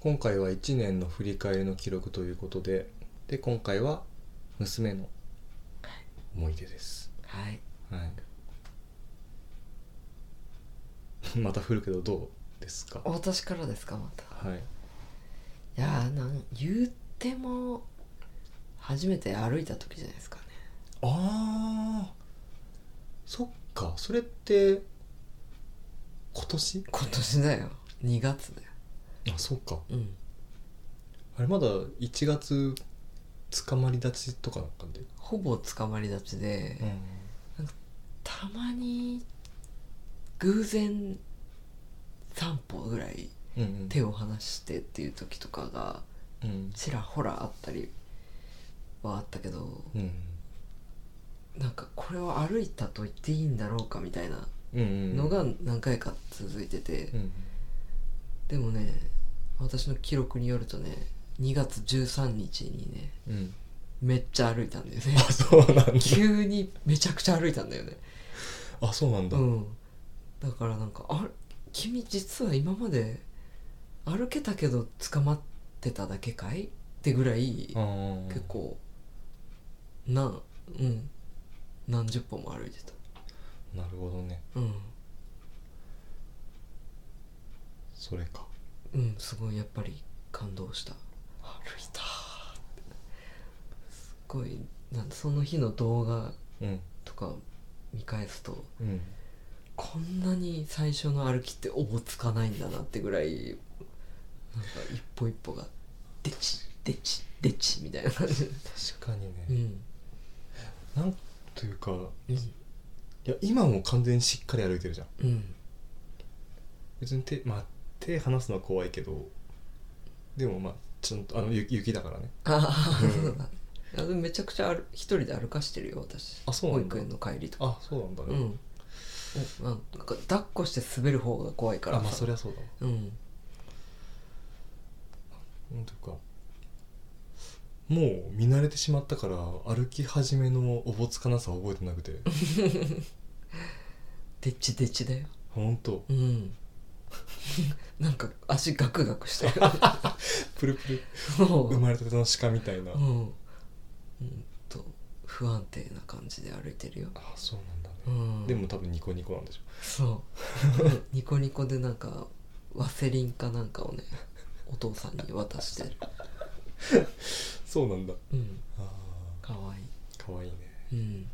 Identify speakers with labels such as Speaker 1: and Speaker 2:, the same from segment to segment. Speaker 1: 今回は1年の振り返りの記録ということでで今回は娘の思い出です、
Speaker 2: はい
Speaker 1: はい、 また振るけどどうですかは
Speaker 2: 私からですかまた
Speaker 1: い
Speaker 2: いやーなん言っても初めて歩いた時じゃないですかね
Speaker 1: あーそっかそれって今年
Speaker 2: 今年だよ2月だよ
Speaker 1: あそっか
Speaker 2: うん
Speaker 1: あれまだ1月捕まり立ちとかなんかで、
Speaker 2: ほぼ捕まり立ちで、たまに偶然3歩ぐらい
Speaker 1: うんうん
Speaker 2: 手を離してっていう時とかが
Speaker 1: うん
Speaker 2: ちらほらあったりはあったけど
Speaker 1: うん
Speaker 2: なんかこれを歩いたと言っていいんだろうかみたいな
Speaker 1: うんうん
Speaker 2: のが何回か続いてて
Speaker 1: うん
Speaker 2: でもね私の記録によるとね2月13日にね
Speaker 1: うん
Speaker 2: めっちゃ歩いたんだよね
Speaker 1: あそうなんだ
Speaker 2: 急にめちゃくちゃ歩いたんだよね
Speaker 1: あそうなんだ、
Speaker 2: うん、だからなんか「あれ君実は今まで歩けたけど捕まってただけかい?」ってぐらい
Speaker 1: あー
Speaker 2: 結構なうん何十歩も歩いてた
Speaker 1: なるほどね
Speaker 2: うん、
Speaker 1: それか
Speaker 2: うん、すごいやっぱり感動した歩いたってすっごいなんその日の動画
Speaker 1: うん
Speaker 2: とか見返すと
Speaker 1: うん
Speaker 2: こんなに最初の歩きっておぼつかないんだなってぐらいなんか一歩一歩がでちでちでちみたいな感じで
Speaker 1: 確かに
Speaker 2: う
Speaker 1: ね、
Speaker 2: ん
Speaker 1: なんというか
Speaker 2: う
Speaker 1: い
Speaker 2: ん
Speaker 1: や今も完全にしっかり歩いてるじゃん
Speaker 2: うん
Speaker 1: 別に手まあ手離すのは怖いけどでもまあちゃんとあの雪雪だからねう
Speaker 2: ああ
Speaker 1: ん
Speaker 2: そうだあでもめちゃくちゃ歩一人で歩かしてるよ私
Speaker 1: あそうな
Speaker 2: 保
Speaker 1: んだ
Speaker 2: 育園の帰りとか
Speaker 1: あそうなんだ
Speaker 2: う
Speaker 1: ね、
Speaker 2: んおなんか抱っこして滑る方が怖いから
Speaker 1: あまあ
Speaker 2: さ
Speaker 1: そりゃそうだわ
Speaker 2: うん
Speaker 1: なんというかもう見慣れてしまったから歩き始めのおぼつかなさは覚えてなくて
Speaker 2: でちでちだよ
Speaker 1: ほんと
Speaker 2: うん なんか足ガクガクしてる
Speaker 1: プルプル
Speaker 2: そう
Speaker 1: 生まれたての鹿みたいな、
Speaker 2: う
Speaker 1: あ
Speaker 2: ん、うんと不安定な感じで歩いてるよ、
Speaker 1: そうなんだね、
Speaker 2: うん、
Speaker 1: でも多分ニコニコなんでしょ
Speaker 2: そう ニコニコでなんかワセリンかなんかをねお父さんに渡してる
Speaker 1: そうなんだ
Speaker 2: うん
Speaker 1: あ
Speaker 2: かわいい
Speaker 1: ーかわいいね
Speaker 2: うん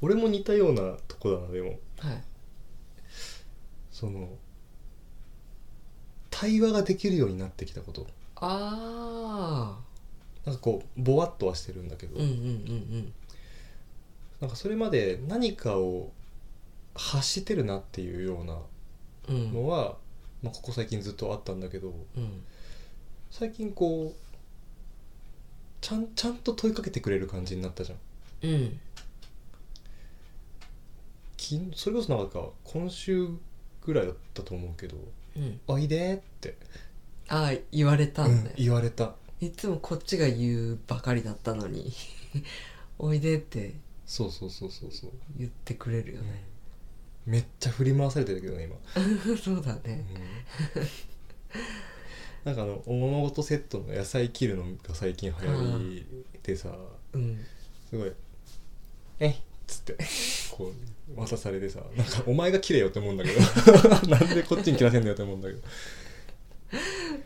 Speaker 1: 俺も似たようなとこだなでも
Speaker 2: はい
Speaker 1: その対話ができるようになってきたこと
Speaker 2: ああ
Speaker 1: なんかこうぼわっとはしてるんだけど、
Speaker 2: うんうんうん
Speaker 1: なんかそれまで何かを発してるなっていうような
Speaker 2: うんうん
Speaker 1: のは、まあ、ここ最近ずっとあったんだけど
Speaker 2: うん
Speaker 1: 最近こうちゃんちゃんと問いかけてくれる感じになったじゃん
Speaker 2: うん
Speaker 1: きそれこそなんか今週ぐらいだったと思うけど
Speaker 2: うん
Speaker 1: 「おいで」って、
Speaker 2: ああ言われたんだ
Speaker 1: うん
Speaker 2: よ、
Speaker 1: 言われた
Speaker 2: いつもこっちが言うばかりだったのに おいでって
Speaker 1: そうそうそうそうそう、
Speaker 2: 言ってくれるよ
Speaker 1: うん
Speaker 2: ね、
Speaker 1: めっちゃ振り回されてるけど ね今
Speaker 2: そうだね
Speaker 1: なんかあのお物事セットの野菜切るのが最近流行りでさ、
Speaker 2: うん
Speaker 1: すごい「えいっ」つってこう渡されてさなんかお前が切れよって思うんだけ どなんでこっちに切らせんだよって思うんだけど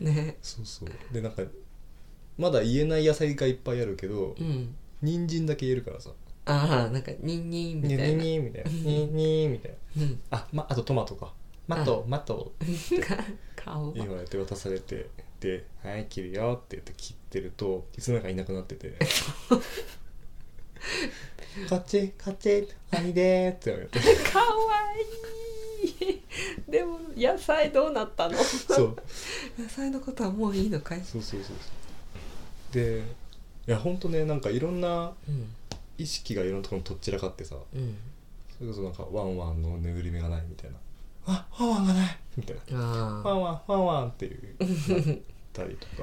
Speaker 2: ね
Speaker 1: そうそうでなんかまだ言えない野菜がいっぱいあるけど
Speaker 2: うん
Speaker 1: 人参だけ言えるからさ
Speaker 2: ああなんかニン
Speaker 1: 「
Speaker 2: ニンみ
Speaker 1: に
Speaker 2: たい
Speaker 1: に
Speaker 2: な、
Speaker 1: に」みたいな「にに」みたいな
Speaker 2: うん、
Speaker 1: 「あまあとトマトかマトマト」
Speaker 2: 顔
Speaker 1: 言われて渡されてで「はい切るよ」って言って切ってるといつの間にかいなくなってて「こっちこっちありでー」って言われて
Speaker 2: かわい いでも野菜どうなったの
Speaker 1: そう
Speaker 2: 野菜のことはもういいのかい
Speaker 1: そうそうそうそうでいやほんとねなんかいろんな
Speaker 2: うん
Speaker 1: 意識がいろんなところにとっちらかってさ
Speaker 2: うん
Speaker 1: それこそなんかワンワンのぬぐり目がないみたいな「あワンワンがない」みたいな「ワ
Speaker 2: あ
Speaker 1: ンワンワンワン」っていうなったりとか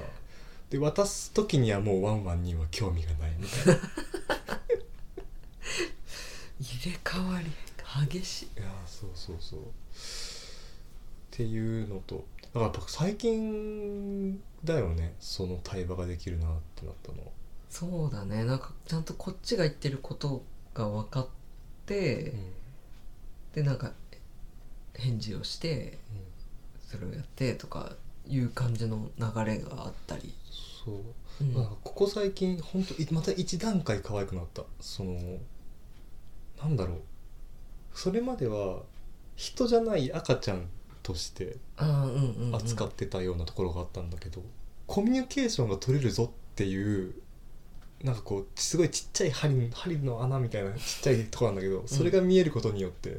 Speaker 1: で渡す時にはもうワンワンには興味がないみたいない
Speaker 2: 入れ替わり激しい
Speaker 1: やーそうそうそうっていうのとだからやっぱ最近だよねその対話ができるなってなったのは
Speaker 2: そうだねなんかちゃんとこっちが言ってることが分かって、でなんか返事をして
Speaker 1: うん
Speaker 2: それをやってとかいう感じの流れがあったり、
Speaker 1: そう
Speaker 2: うん
Speaker 1: なんかここ最近本当また一段階可愛くなったそのなんだろうそれまでは人じゃない赤ちゃんとして
Speaker 2: あーうんうんうん、
Speaker 1: 扱ってたようなところがあったんだけど、コミュニケーションが取れるぞっていうなんかこうすごいちっちゃい針針の穴みたいなちっちゃいとこなんだけどそれが見えることによって、
Speaker 2: う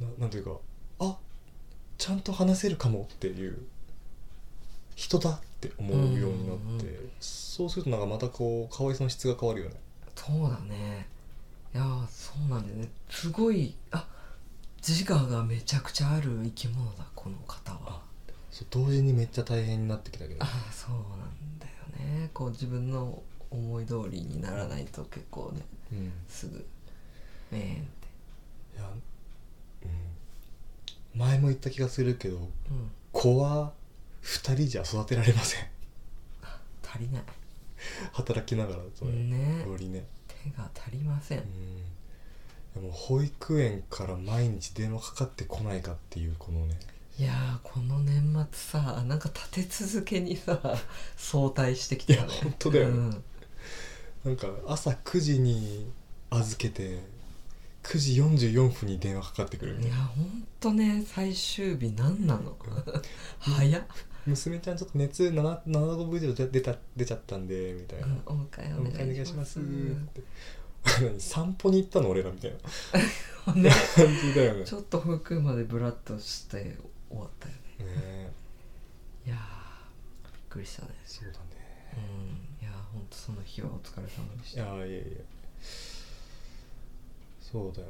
Speaker 2: ん
Speaker 1: ななんていうかあちゃんと話せるかもっていう人だって思うようになって、
Speaker 2: うんうん
Speaker 1: そうするとなんかまたこう可愛さの質が変わるよね
Speaker 2: そうだねいやーそうなんだよねすごいあ自我がめちゃくちゃある生き物だこの方は
Speaker 1: そう同時にめっちゃ大変になってきたけど
Speaker 2: ああそうなんだよねこう自分の思い通りにならないと結構ね
Speaker 1: うんい
Speaker 2: すぐえーんって
Speaker 1: や、うん、前も言った気がするけど
Speaker 2: うん
Speaker 1: 子は2人じゃ育てられません
Speaker 2: 足りない
Speaker 1: 働きながらそれ
Speaker 2: ね
Speaker 1: よりね
Speaker 2: 手が足りません
Speaker 1: うんでも保育園から毎日電話かかってこないかっていうこのね
Speaker 2: いやーこの年末さなんか立て続けにさ 早退してきたよね
Speaker 1: いや本当だよね
Speaker 2: うん
Speaker 1: なんか朝9時に預けて9時44分に電話かかってくる、
Speaker 2: いやほんとね最終日何なの早っ
Speaker 1: 娘ちゃんちょっと熱 7, 7分以上出た出ちゃったんでみたいな
Speaker 2: うんお迎
Speaker 1: 「
Speaker 2: え
Speaker 1: お迎えお
Speaker 2: お
Speaker 1: 願
Speaker 2: 願
Speaker 1: い
Speaker 2: い
Speaker 1: し
Speaker 2: し
Speaker 1: ま」
Speaker 2: ますす
Speaker 1: って 何散歩に行ったの俺らみたいな
Speaker 2: ね
Speaker 1: 感じだよね
Speaker 2: ちょっと服までブラッとして終わったよね
Speaker 1: ねえ
Speaker 2: いやーびっくりしたね
Speaker 1: そうだね
Speaker 2: うんいやーほんとその日はお疲れ様でし
Speaker 1: い
Speaker 2: た
Speaker 1: やいやいやそうだよ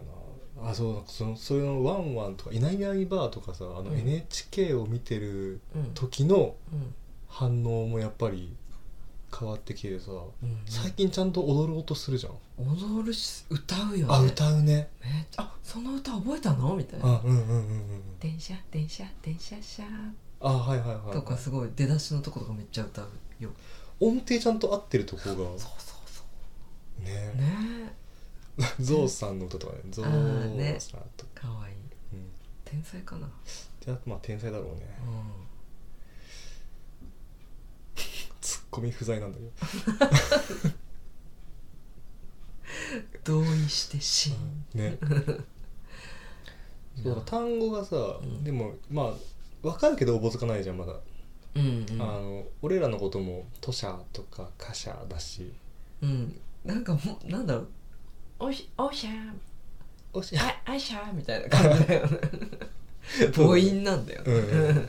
Speaker 1: なあそうなんかそのそういうのワンワンとか「いないいないばあ」とかさあ
Speaker 2: う
Speaker 1: の
Speaker 2: ん
Speaker 1: NHK を見てる
Speaker 2: うんうん
Speaker 1: 時の反応もやっぱり変わってきてさ、
Speaker 2: うん
Speaker 1: 最近ちゃんと踊ろうとするじゃん、
Speaker 2: 踊るし歌うよね
Speaker 1: あ歌うね
Speaker 2: めっちゃあその歌覚えたのみたいな
Speaker 1: あうんうんうんうんうん
Speaker 2: 「電車電車電車シャー」
Speaker 1: あはいはいはい
Speaker 2: とかすごい出だしのとことかめっちゃ歌うよ
Speaker 1: 音程ちゃんと合ってるとこ
Speaker 2: そう
Speaker 1: が
Speaker 2: そうそ
Speaker 1: ね
Speaker 2: うね
Speaker 1: ゾウさんの歌とかねゾウさ
Speaker 2: ーね
Speaker 1: んとか、
Speaker 2: えかわいい
Speaker 1: うん、
Speaker 2: 天才かな
Speaker 1: であとまあ天才だろうね
Speaker 2: う
Speaker 1: ツッコミ不在なんだけど
Speaker 2: ん同意してしん
Speaker 1: ね そうだから単語がさ、
Speaker 2: ん
Speaker 1: でもまあわかるけどおぼつかないじゃんまだ、
Speaker 2: うん
Speaker 1: あの俺らのことも「吐者」とか「貨者」だし
Speaker 2: うん、うん、なんかもうなんだろうおしおしゃー
Speaker 1: 「 おし
Speaker 2: ああしゃーみたいな感じだ よね母音なんだよね、
Speaker 1: うん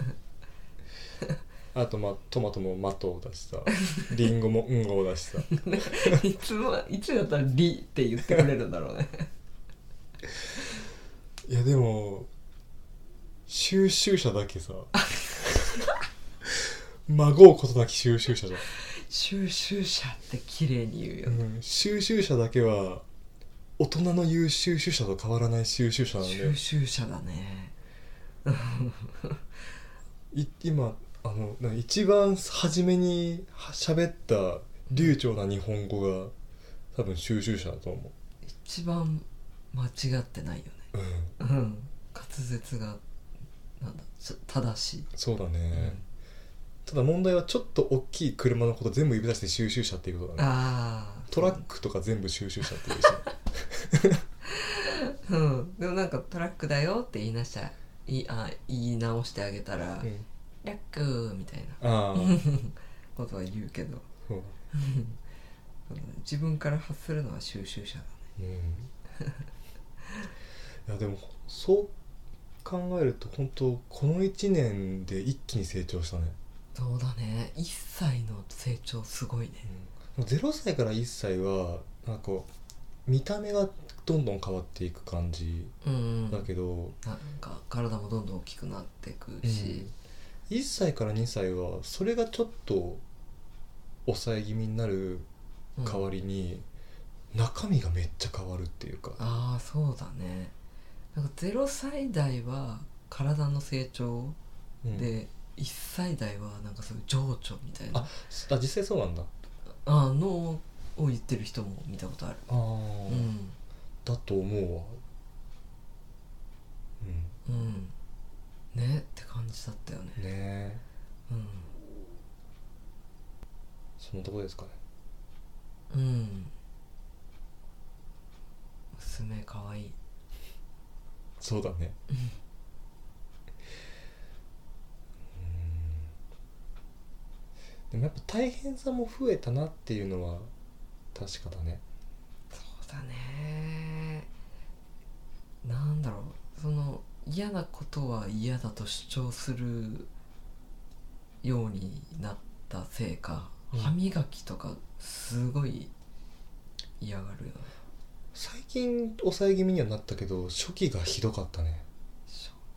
Speaker 1: あとまあトマトも「マト」だし さリンゴも「うんご」だしさ
Speaker 2: いつもいつだったら「り」って言ってくれるんだろうね
Speaker 1: いやでも収集者だけ さ孫うことなき収集者じ
Speaker 2: 収集者って綺麗に言
Speaker 1: ゃ
Speaker 2: うよ
Speaker 1: ん、
Speaker 2: ね、
Speaker 1: うん、収集者だけは大人の言う収集者と変わらない収集者なんだよ
Speaker 2: 収集者だね
Speaker 1: い今あのな一番初めには喋った流暢な日本語が多分収集者だと思
Speaker 2: 一番間違ってないよね
Speaker 1: う、うん、
Speaker 2: うん滑舌がなんだちょ正しい、
Speaker 1: そうだね、
Speaker 2: うん
Speaker 1: ただ問題はちょっと大きい車のこと全部指出して収集車っていうことだね
Speaker 2: ああ
Speaker 1: トラックとか全部収集車っていうし
Speaker 2: うんでもなんかトラックだよって言いなしたいあ言い直してあげたら、
Speaker 1: うん、
Speaker 2: ラックーみたいな
Speaker 1: ああ
Speaker 2: ことは言うけど
Speaker 1: そう、
Speaker 2: そうだね自分から発するのは収集者だね
Speaker 1: うん、いやでもそう考えると本当この1年で一気に成長したね、
Speaker 2: そうだね1歳の成長すごいね
Speaker 1: うん、0歳から1歳はなんかこう見た目がどんどん変わっていく感じ
Speaker 2: うん、うん、
Speaker 1: だけど、
Speaker 2: なんか体もどんどん大きくなってくし、
Speaker 1: 1歳から2歳はそれがちょっと抑え気味になる
Speaker 2: うん
Speaker 1: 代わりに中身がめっちゃ変わるっていうか、
Speaker 2: ああそうだねなんか0歳代は体の成長
Speaker 1: うん
Speaker 2: で一歳代はなんかそういう情緒みたいな
Speaker 1: ああ実際そうなんだ
Speaker 2: あのを言ってる人も見たことある
Speaker 1: ああ、
Speaker 2: うん
Speaker 1: だと思うわうん
Speaker 2: うんねって感じだったよね
Speaker 1: ねえ
Speaker 2: う
Speaker 1: そのとこですかね
Speaker 2: んうん娘かわいい
Speaker 1: そうだね
Speaker 2: うん
Speaker 1: でもやっぱ大変さも増えたなっていうのは確かだね
Speaker 2: そうだねなんだろうその嫌なことは嫌だと主張するようになったせいか、
Speaker 1: うん
Speaker 2: 歯磨きとかすごい嫌がるよね
Speaker 1: 最近抑え気味にはなったけど初期がひどかったね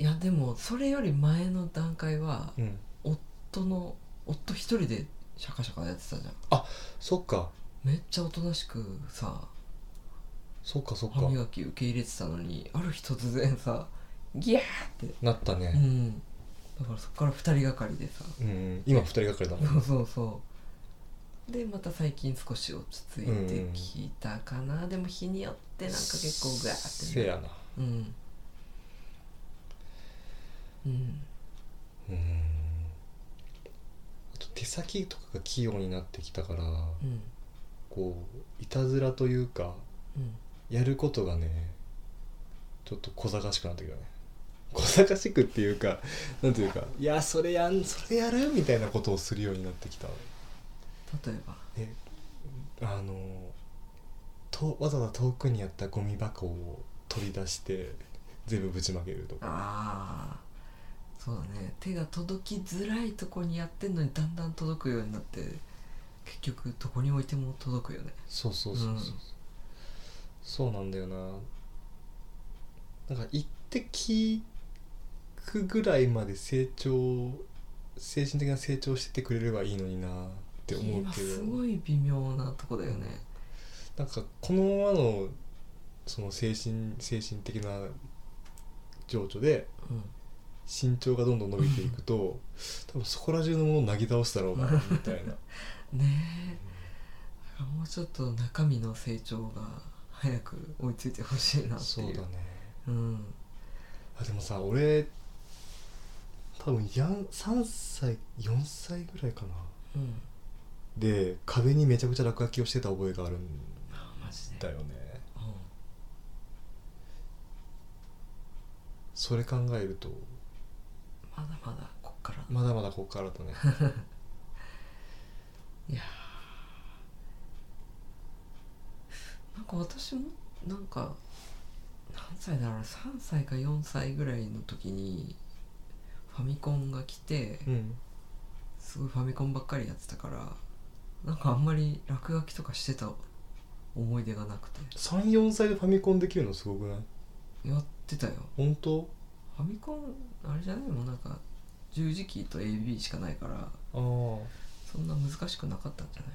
Speaker 2: いやでもそれより前の段階は
Speaker 1: うん
Speaker 2: 夫の夫一人でシャカシャカやってたじゃん
Speaker 1: そっか
Speaker 2: めっちゃおとなしくさ
Speaker 1: そっかそっ
Speaker 2: 歯
Speaker 1: か
Speaker 2: 磨き受け入れてたのにある日突然さギャーって
Speaker 1: なった
Speaker 2: う
Speaker 1: ね
Speaker 2: んだからそこから2人がかりでさ
Speaker 1: うん、今二人がかりだもん
Speaker 2: そうそうそうでまた最近少し落ち着いてきたかな、でも日によってなんか結構ガーって
Speaker 1: せ
Speaker 2: ね
Speaker 1: やな
Speaker 2: うんうん
Speaker 1: うんあと手先とかが器用になってきたから
Speaker 2: うん
Speaker 1: こういたずらというか
Speaker 2: うん
Speaker 1: やることがねちょっと小賢しくなってきたね小賢しくっていうかなんていうかいやそれやんそれやるみたいなことをするようになってきた
Speaker 2: 例えば
Speaker 1: えあのとわざわざ遠くにあったゴミ箱を取り出して全部ぶちまけるとか
Speaker 2: ああそうだね手が届きづらいとこにやってんのにだんだん届くようになって結局どこに置いても届くよね
Speaker 1: そうそうそうそう、
Speaker 2: うん
Speaker 1: そうなんだよななんか言って聞くぐらいまで成長精神的な成長しててくれればいいのになって思う
Speaker 2: 今
Speaker 1: け
Speaker 2: す
Speaker 1: ど
Speaker 2: ごい微妙なとこだよね、
Speaker 1: なんかこのままのその精神精神的な情緒で
Speaker 2: うん
Speaker 1: 身長がどんどん伸びていくと 多分そこら中のものをなぎ倒したろうなみたいな
Speaker 2: ねえだからもうちょっと中身の成長が早く追いついてほしいなって
Speaker 1: そう
Speaker 2: いう
Speaker 1: だね
Speaker 2: うん
Speaker 1: あでもさ俺多分やん3歳4歳ぐらいかな
Speaker 2: うん
Speaker 1: で壁にめちゃくちゃ落書きをしてた覚えがあるん
Speaker 2: あマジで
Speaker 1: だよね
Speaker 2: う
Speaker 1: それ考えると
Speaker 2: んまだまだこっから
Speaker 1: まだまだここからだ ね
Speaker 2: いやーなんか私もなんか何歳だろう3歳か4歳ぐらいの時にファミコンが来て
Speaker 1: うん
Speaker 2: すごいファミコンばっかりやってたからなんかあんまり落書きとかしてた思い出がなくて
Speaker 1: 34歳でファミコンできるのすごくない
Speaker 2: やってたよ
Speaker 1: 本当
Speaker 2: ファミコンあれじゃないもうなんか十字キーと AB しかないから
Speaker 1: ああ
Speaker 2: そんな難しくなかったんじゃない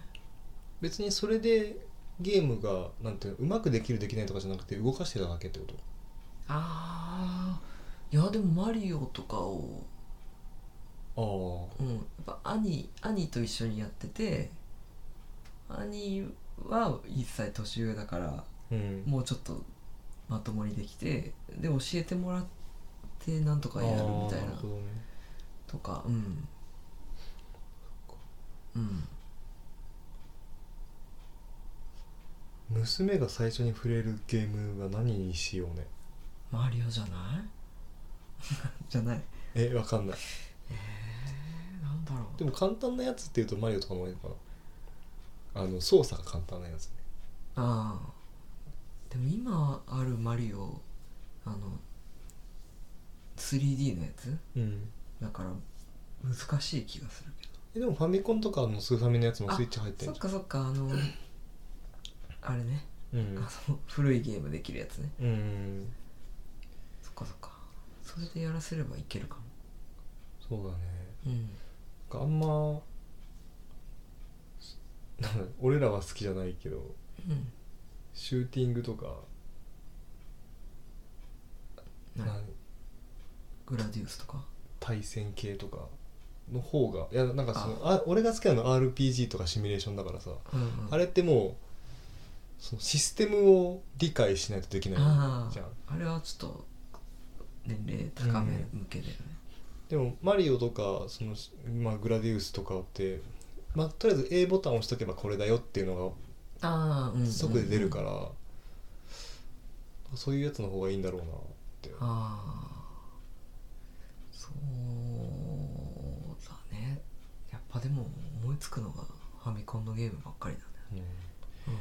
Speaker 1: 別にそれでゲームがなんていうのうまくできるできないとかじゃなくて動かしてただけってこと
Speaker 2: あーいやでもマリオとかを
Speaker 1: ああ
Speaker 2: うん、やっぱ兄兄と一緒にやってて兄は1歳年上だから
Speaker 1: うん
Speaker 2: もうちょっとまともにできてで教えてもらってなんとかやるみたい
Speaker 1: あー
Speaker 2: な
Speaker 1: るほどね
Speaker 2: とかうんうん
Speaker 1: 娘が最初に触れるゲームは何にしようね
Speaker 2: マリオじゃない じゃない
Speaker 1: えわかんない
Speaker 2: えなんだろう
Speaker 1: でも簡単なやつっていうとマリオとかもいいのかなあの操作が簡単なやつね
Speaker 2: ああでも今あるマリオあの 3D のやつ
Speaker 1: うん
Speaker 2: だから難しい気がするけど
Speaker 1: えでもファミコンとかのスーファミのやつも
Speaker 2: あ
Speaker 1: スイッチ入ってん
Speaker 2: そっ
Speaker 1: じ
Speaker 2: かそっかあのあれね、
Speaker 1: ゃんう
Speaker 2: あ
Speaker 1: ん
Speaker 2: の古いゲームできるやつね
Speaker 1: うん
Speaker 2: そっかそっかそれでやらせればいけるかも
Speaker 1: そうだね
Speaker 2: うん
Speaker 1: あんまなんだ俺らは好きじゃないけど
Speaker 2: うん
Speaker 1: シューティングとか
Speaker 2: な
Speaker 1: な
Speaker 2: グラディウスとか
Speaker 1: 対戦系とかの方がいやなんかそのあ俺が好きなのは RPG とかシミュレーションだからさ、
Speaker 2: うんうん
Speaker 1: あれってもうそのシステムを理解しないとできない
Speaker 2: あー
Speaker 1: じゃん
Speaker 2: あれはちょっと年齢高め向けだよね、
Speaker 1: でもマリオとかその、まあ、グラディウスとかって、まあ、とりあえず A ボタンを押しとけばこれだよっていうの
Speaker 2: ああうんうんう
Speaker 1: が
Speaker 2: ん
Speaker 1: 即で出るから、そういうやつの方がいいんだろうなって
Speaker 2: ああそうだねやっぱでも思いつくのがファミコンのゲームばっかりだね
Speaker 1: うん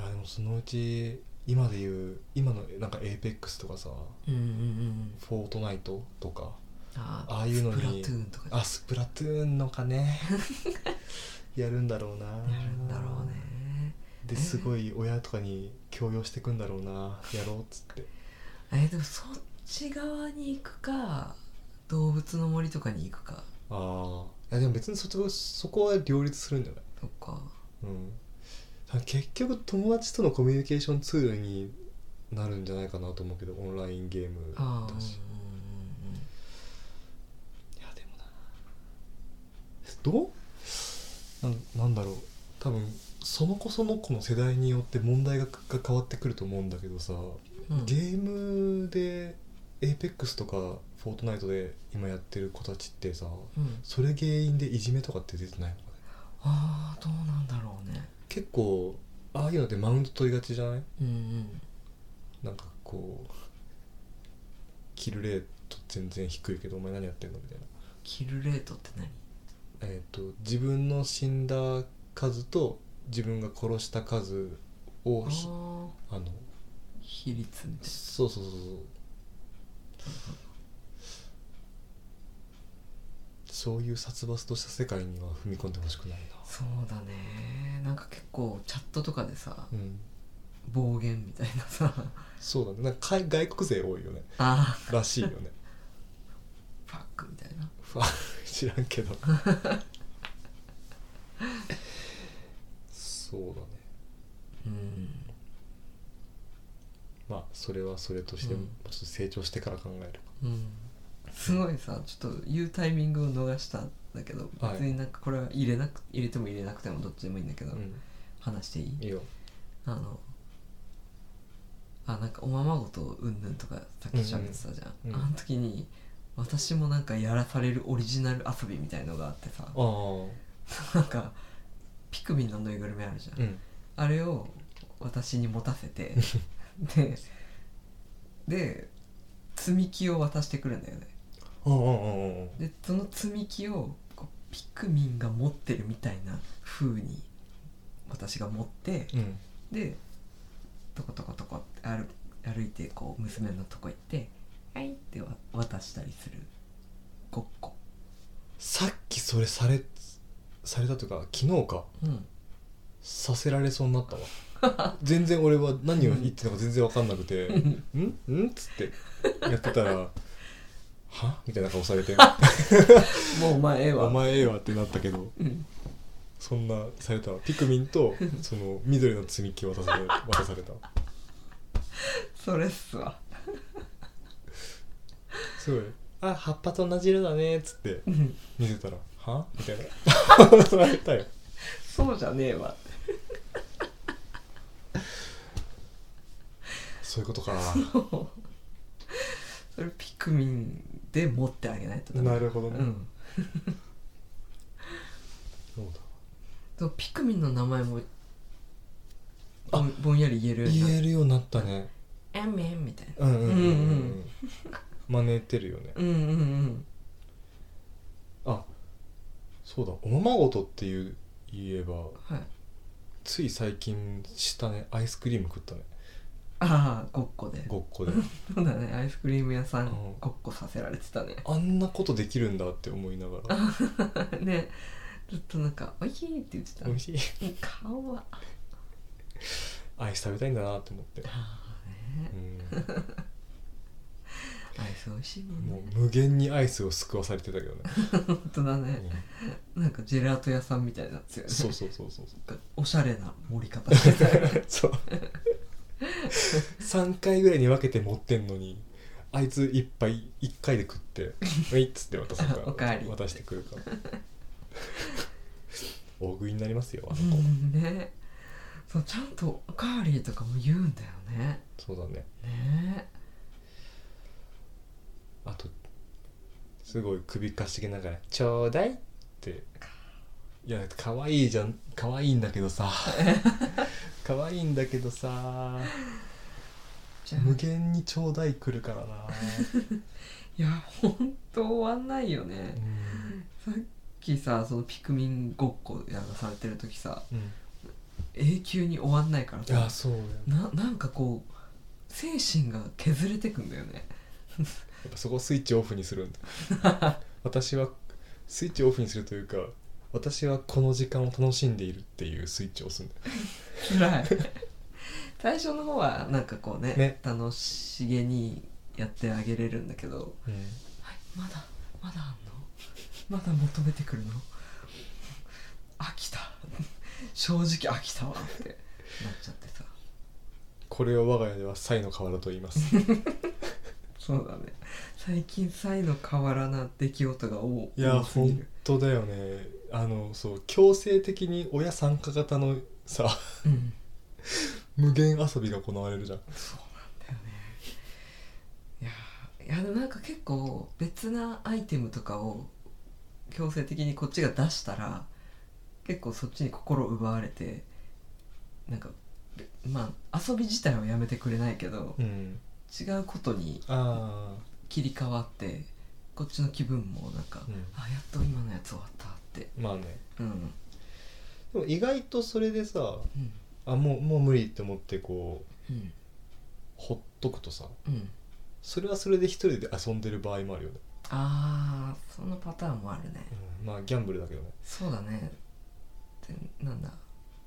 Speaker 1: いやでもそのうち今でいう今のなんか APEX とかさ
Speaker 2: うんうんうんうん
Speaker 1: フォートナイトとか
Speaker 2: あ
Speaker 1: ああいうのに
Speaker 2: スプラトゥーンとか
Speaker 1: あスプラトゥーンのか ねやるんだろうな
Speaker 2: やるんだろうね
Speaker 1: ですごい親とかに強要してくんだろうなやろうっつって
Speaker 2: えでもそっち側に行くか動物の森とかに行くか
Speaker 1: ああいやでも別にそっちそこは両立するんじゃない
Speaker 2: とか
Speaker 1: うんだから結局友達とのコミュニケーションツールになるんじゃないかなと思うけどオンラインゲーム
Speaker 2: ああ
Speaker 1: だしいやでもなどうなんなんだろう多分その子その子の世代によって問題がが変わってくると思うんだけどさ、
Speaker 2: うんうんうん
Speaker 1: ゲームで APEX とか「フォートナイト」で今やってる子たちってさ
Speaker 2: うん
Speaker 1: それ原因でいじめとかって出てないのかね
Speaker 2: ああどうなんだろうね
Speaker 1: 結構ああいうのってマウント取りがちじゃない
Speaker 2: うんうん
Speaker 1: なんかこうキルレート全然低いけどお前何やってんのみたいな
Speaker 2: キルレートって何
Speaker 1: えっ、と自分の死んだ数と自分が殺した数をひ
Speaker 2: ああ
Speaker 1: あの
Speaker 2: 比率みたい
Speaker 1: そうそうそうそうそういう殺伐とした世界には踏み込んでほしくない
Speaker 2: なそうだねなんか結構チャットとかでさ
Speaker 1: なうん
Speaker 2: 暴言みたいなさ
Speaker 1: そうだねなんか海外国勢多いよね
Speaker 2: ああ
Speaker 1: らしいよね
Speaker 2: ファックみたいな
Speaker 1: ふわ知らんけどそうだね
Speaker 2: うん
Speaker 1: まあそれはそれとして、
Speaker 2: うん
Speaker 1: ちょっと成長してから考える
Speaker 2: うんすごいさちょっと言うタイミングを逃したんだけど
Speaker 1: はい
Speaker 2: 別になんかこれは入れなく入れても入れなくてもどっちでもいいんだけど、
Speaker 1: うん
Speaker 2: 話していい
Speaker 1: いいよ
Speaker 2: あのあなんかおままごとうんぬんとかさっき喋ってたじゃん、
Speaker 1: うんうんうん
Speaker 2: あの時に私もなんかやらされるオリジナル遊びみたいのがあってさ
Speaker 1: ああ
Speaker 2: なんかピクミンのぬいぐるみあるじゃん、
Speaker 1: うん
Speaker 2: あれを私に持たせ てでで積み木を渡してくるんだよね
Speaker 1: ああああああ
Speaker 2: でその積み木をこうピクミンが持ってるみたいな風に私が持って
Speaker 1: うん
Speaker 2: でトコトコトコって歩歩いてこう娘のとこ行って「はい」ってわ渡したりするごっこ
Speaker 1: さっきそれされされたというか昨日か
Speaker 2: うん
Speaker 1: させられそうになったわ全然俺は何を言ってたのか全然分かんなくて「んん」っつってやってた ら「 はみたいな顔されて「
Speaker 2: もうお前ええわ
Speaker 1: お前ええわ」ってなったけど
Speaker 2: うん
Speaker 1: そんなされたわピクミン とその緑の積み木渡され渡された
Speaker 2: それっすわ
Speaker 1: すごい「あ葉っぱと同じ色だね」っつって
Speaker 2: うん
Speaker 1: 見せたら「はみたいな 渡されたよ
Speaker 2: そうじゃねえわ
Speaker 1: そういうことか
Speaker 2: それピクミンで持ってあげないとダメ
Speaker 1: なるほどね、
Speaker 2: うん
Speaker 1: そうだ
Speaker 2: そうピクミンの名前も
Speaker 1: あ
Speaker 2: ぼんぼんやり言えるようにな
Speaker 1: 言
Speaker 2: る
Speaker 1: えるようになったね
Speaker 2: えんえんみたいな
Speaker 1: うんうんうんうん
Speaker 2: うんう
Speaker 1: うん真似てるよね
Speaker 2: うんうんうん
Speaker 1: あそうだおままごとっていう言えば
Speaker 2: はい
Speaker 1: つい最近したねアイスクリーム食ったね
Speaker 2: ああごっこで
Speaker 1: ごっこで
Speaker 2: そうだねアイスクリーム屋さん
Speaker 1: うん
Speaker 2: ごっこさせられてたね
Speaker 1: あんなことできるんだって思いながら
Speaker 2: ねずっとなんか「おいしい」って言ってた
Speaker 1: 美味しい
Speaker 2: 顔は
Speaker 1: アイス食べたいんだなって思って、
Speaker 2: ああね
Speaker 1: う
Speaker 2: アイス美味しいも
Speaker 1: ん、
Speaker 2: ん
Speaker 1: も
Speaker 2: ね
Speaker 1: う無限にアイスを救わされてたけどね、
Speaker 2: 本当だ
Speaker 1: う
Speaker 2: ね
Speaker 1: ん
Speaker 2: なんかジェラート屋さんみたいになってたよね
Speaker 1: そうそうそうそう
Speaker 2: なんかおしゃれな盛り 方してたよね
Speaker 1: そう3回ぐらいに分けて持ってんのにあいつ一杯一回で食って「はい」っつって渡すから
Speaker 2: おかわり
Speaker 1: 渡してくるから 大食いになりますよあ
Speaker 2: う
Speaker 1: の子、
Speaker 2: ん ねそうちゃんと「おかわり」とかも言うんだよね
Speaker 1: そうだね
Speaker 2: ね
Speaker 1: あとすごい首かしげながら「ちょうだい」っていや可愛いじゃん可愛いんだけど さ可愛いんだけどさ
Speaker 2: じゃあ
Speaker 1: 無限に「ちょうだい」来るからな、
Speaker 2: いやほんと終わんないよね
Speaker 1: うん
Speaker 2: さっきさそのピクミンごっこやらされてる時さ
Speaker 1: うん、
Speaker 2: 永久に終わんないから
Speaker 1: いや
Speaker 2: さ
Speaker 1: そうだよね
Speaker 2: ななんかこう精神が削れてくんだよ ね
Speaker 1: やっぱそこをスイッチオフにするんだ 私はスイッチオフにするというか私はこの時間を楽しんでいるっていうスイッチを押すんだよ
Speaker 2: 辛い最初の方はなんかこうね
Speaker 1: ね
Speaker 2: 楽しげにやってあげれるんだけどはいまだまだあんのまだ求めてくるの飽きた正直飽きたわってなっちゃってさ
Speaker 1: これを我が家では「サイの河原」と言います
Speaker 2: そうだね最近サイの変わらな出来事が多
Speaker 1: いや
Speaker 2: 多すぎ
Speaker 1: 本
Speaker 2: る
Speaker 1: 当だよねあのそう強制的に親参加型のさ
Speaker 2: うん
Speaker 1: 無限遊びが行われるじゃん
Speaker 2: そうなんだよねいやーいやでもなんか結構別なアイテムとかを強制的にこっちが出したら結構そっちに心を奪われてなんかべまあ遊び自体はやめてくれないけど
Speaker 1: うん
Speaker 2: 違うことに
Speaker 1: ああ
Speaker 2: 切り替わってこっちの気分もなんか、
Speaker 1: うん
Speaker 2: あやっと今のやつ終わったって
Speaker 1: まあね
Speaker 2: うん
Speaker 1: でも意外とそれでさ
Speaker 2: うん
Speaker 1: あもうもう無理って思ってこう
Speaker 2: うん
Speaker 1: ほっとくとさ
Speaker 2: うん
Speaker 1: それはそれで一人で遊んでる場合もあるよね、
Speaker 2: ああそのパターンもあるね
Speaker 1: うん、まあギャンブルだけどね
Speaker 2: そうだねでなんだ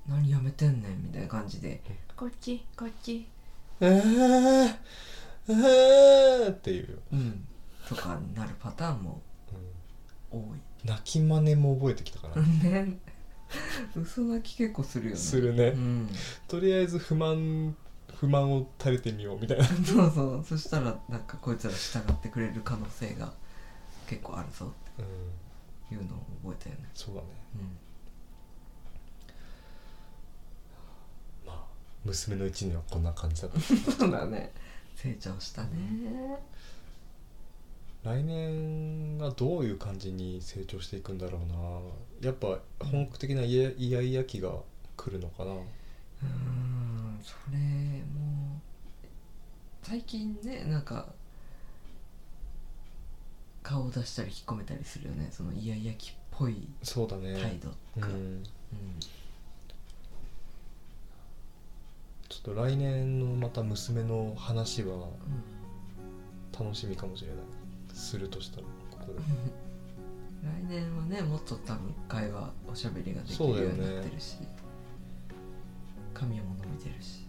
Speaker 2: 何やめてんねんみたいな感じでこっちこっち
Speaker 1: えー、えーっていうよ、
Speaker 2: うんとかになるパターンも
Speaker 1: う
Speaker 2: 多
Speaker 1: ん、泣き真似も覚えてきたから、
Speaker 2: いね 嘘泣き結構するよね
Speaker 1: するね、
Speaker 2: うん
Speaker 1: とりあえず不満不満を垂れてみようみたいな
Speaker 2: そうそうそしたらなんかこいつら従ってくれる可能性が結構あるぞ
Speaker 1: うん
Speaker 2: っていうのを覚えたよね
Speaker 1: そうだね
Speaker 2: うん
Speaker 1: まあ娘のうちにはこんな感じだった
Speaker 2: そうだね成長したね
Speaker 1: 来年がどういう感じに成長していくんだろうなやっぱ本格的ないやいやいや期が来るのかな
Speaker 2: うーんそれもう最近ねなんか顔を出したり引っ込めたりするよねそのイヤイヤ期っぽい
Speaker 1: そうだね、
Speaker 2: 態度
Speaker 1: う
Speaker 2: が、
Speaker 1: ん
Speaker 2: うん
Speaker 1: ちょっと来年のまた娘の話は
Speaker 2: うん
Speaker 1: 楽しみかもしれないするとしたらここで
Speaker 2: 来年はねもっと多分会話おしゃべりができる
Speaker 1: そう
Speaker 2: よ
Speaker 1: だよ
Speaker 2: う
Speaker 1: ね
Speaker 2: になってるし、髪も伸びてるし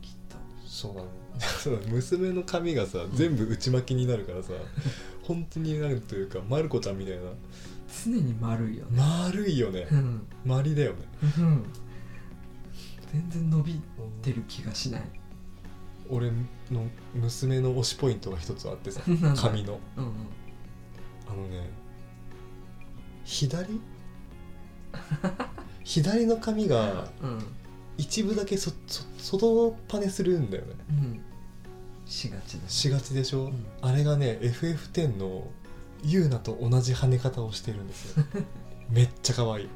Speaker 2: きっと
Speaker 1: そうだね そうだ娘の髪がさ全部内巻きになるからさ、本当になるというかまる子ちゃんみたい
Speaker 2: 常に丸いよね
Speaker 1: な丸いよね
Speaker 2: うん
Speaker 1: まりだよね
Speaker 2: うん全然伸びてる気がしない
Speaker 1: 俺の娘の推しポイントが一つあってさ
Speaker 2: なんだ
Speaker 1: 髪の
Speaker 2: うんうん
Speaker 1: あのね 左左の髪が
Speaker 2: うん
Speaker 1: 一部だけそそ外パネするんだよね
Speaker 2: うんしがちだね
Speaker 1: しがちでしょ、
Speaker 2: うん
Speaker 1: あれがね FF10 のユーナと同じ跳ね方をしてるんです よめっちゃ可愛い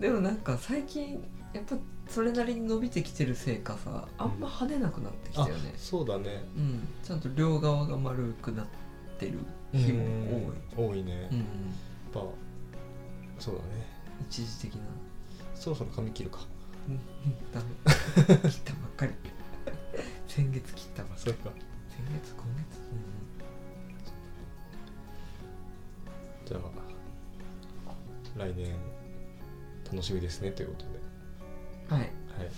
Speaker 2: でもなんか最近やっぱそれなりに伸びてきてるせいかさあんま跳ねなくなってきたよね
Speaker 1: そうだね
Speaker 2: うん、ちゃんと両側が丸くなってる日も多い
Speaker 1: 多い多いね、
Speaker 2: うん、
Speaker 1: やっぱそうだね
Speaker 2: 一時的な
Speaker 1: そろそろ髪切るか
Speaker 2: うんダ メ切ったばっかり先月切ったばっか
Speaker 1: そ
Speaker 2: り
Speaker 1: うか
Speaker 2: 先月今月
Speaker 1: じゃあ来年楽しみですねということで
Speaker 2: うんはい
Speaker 1: はい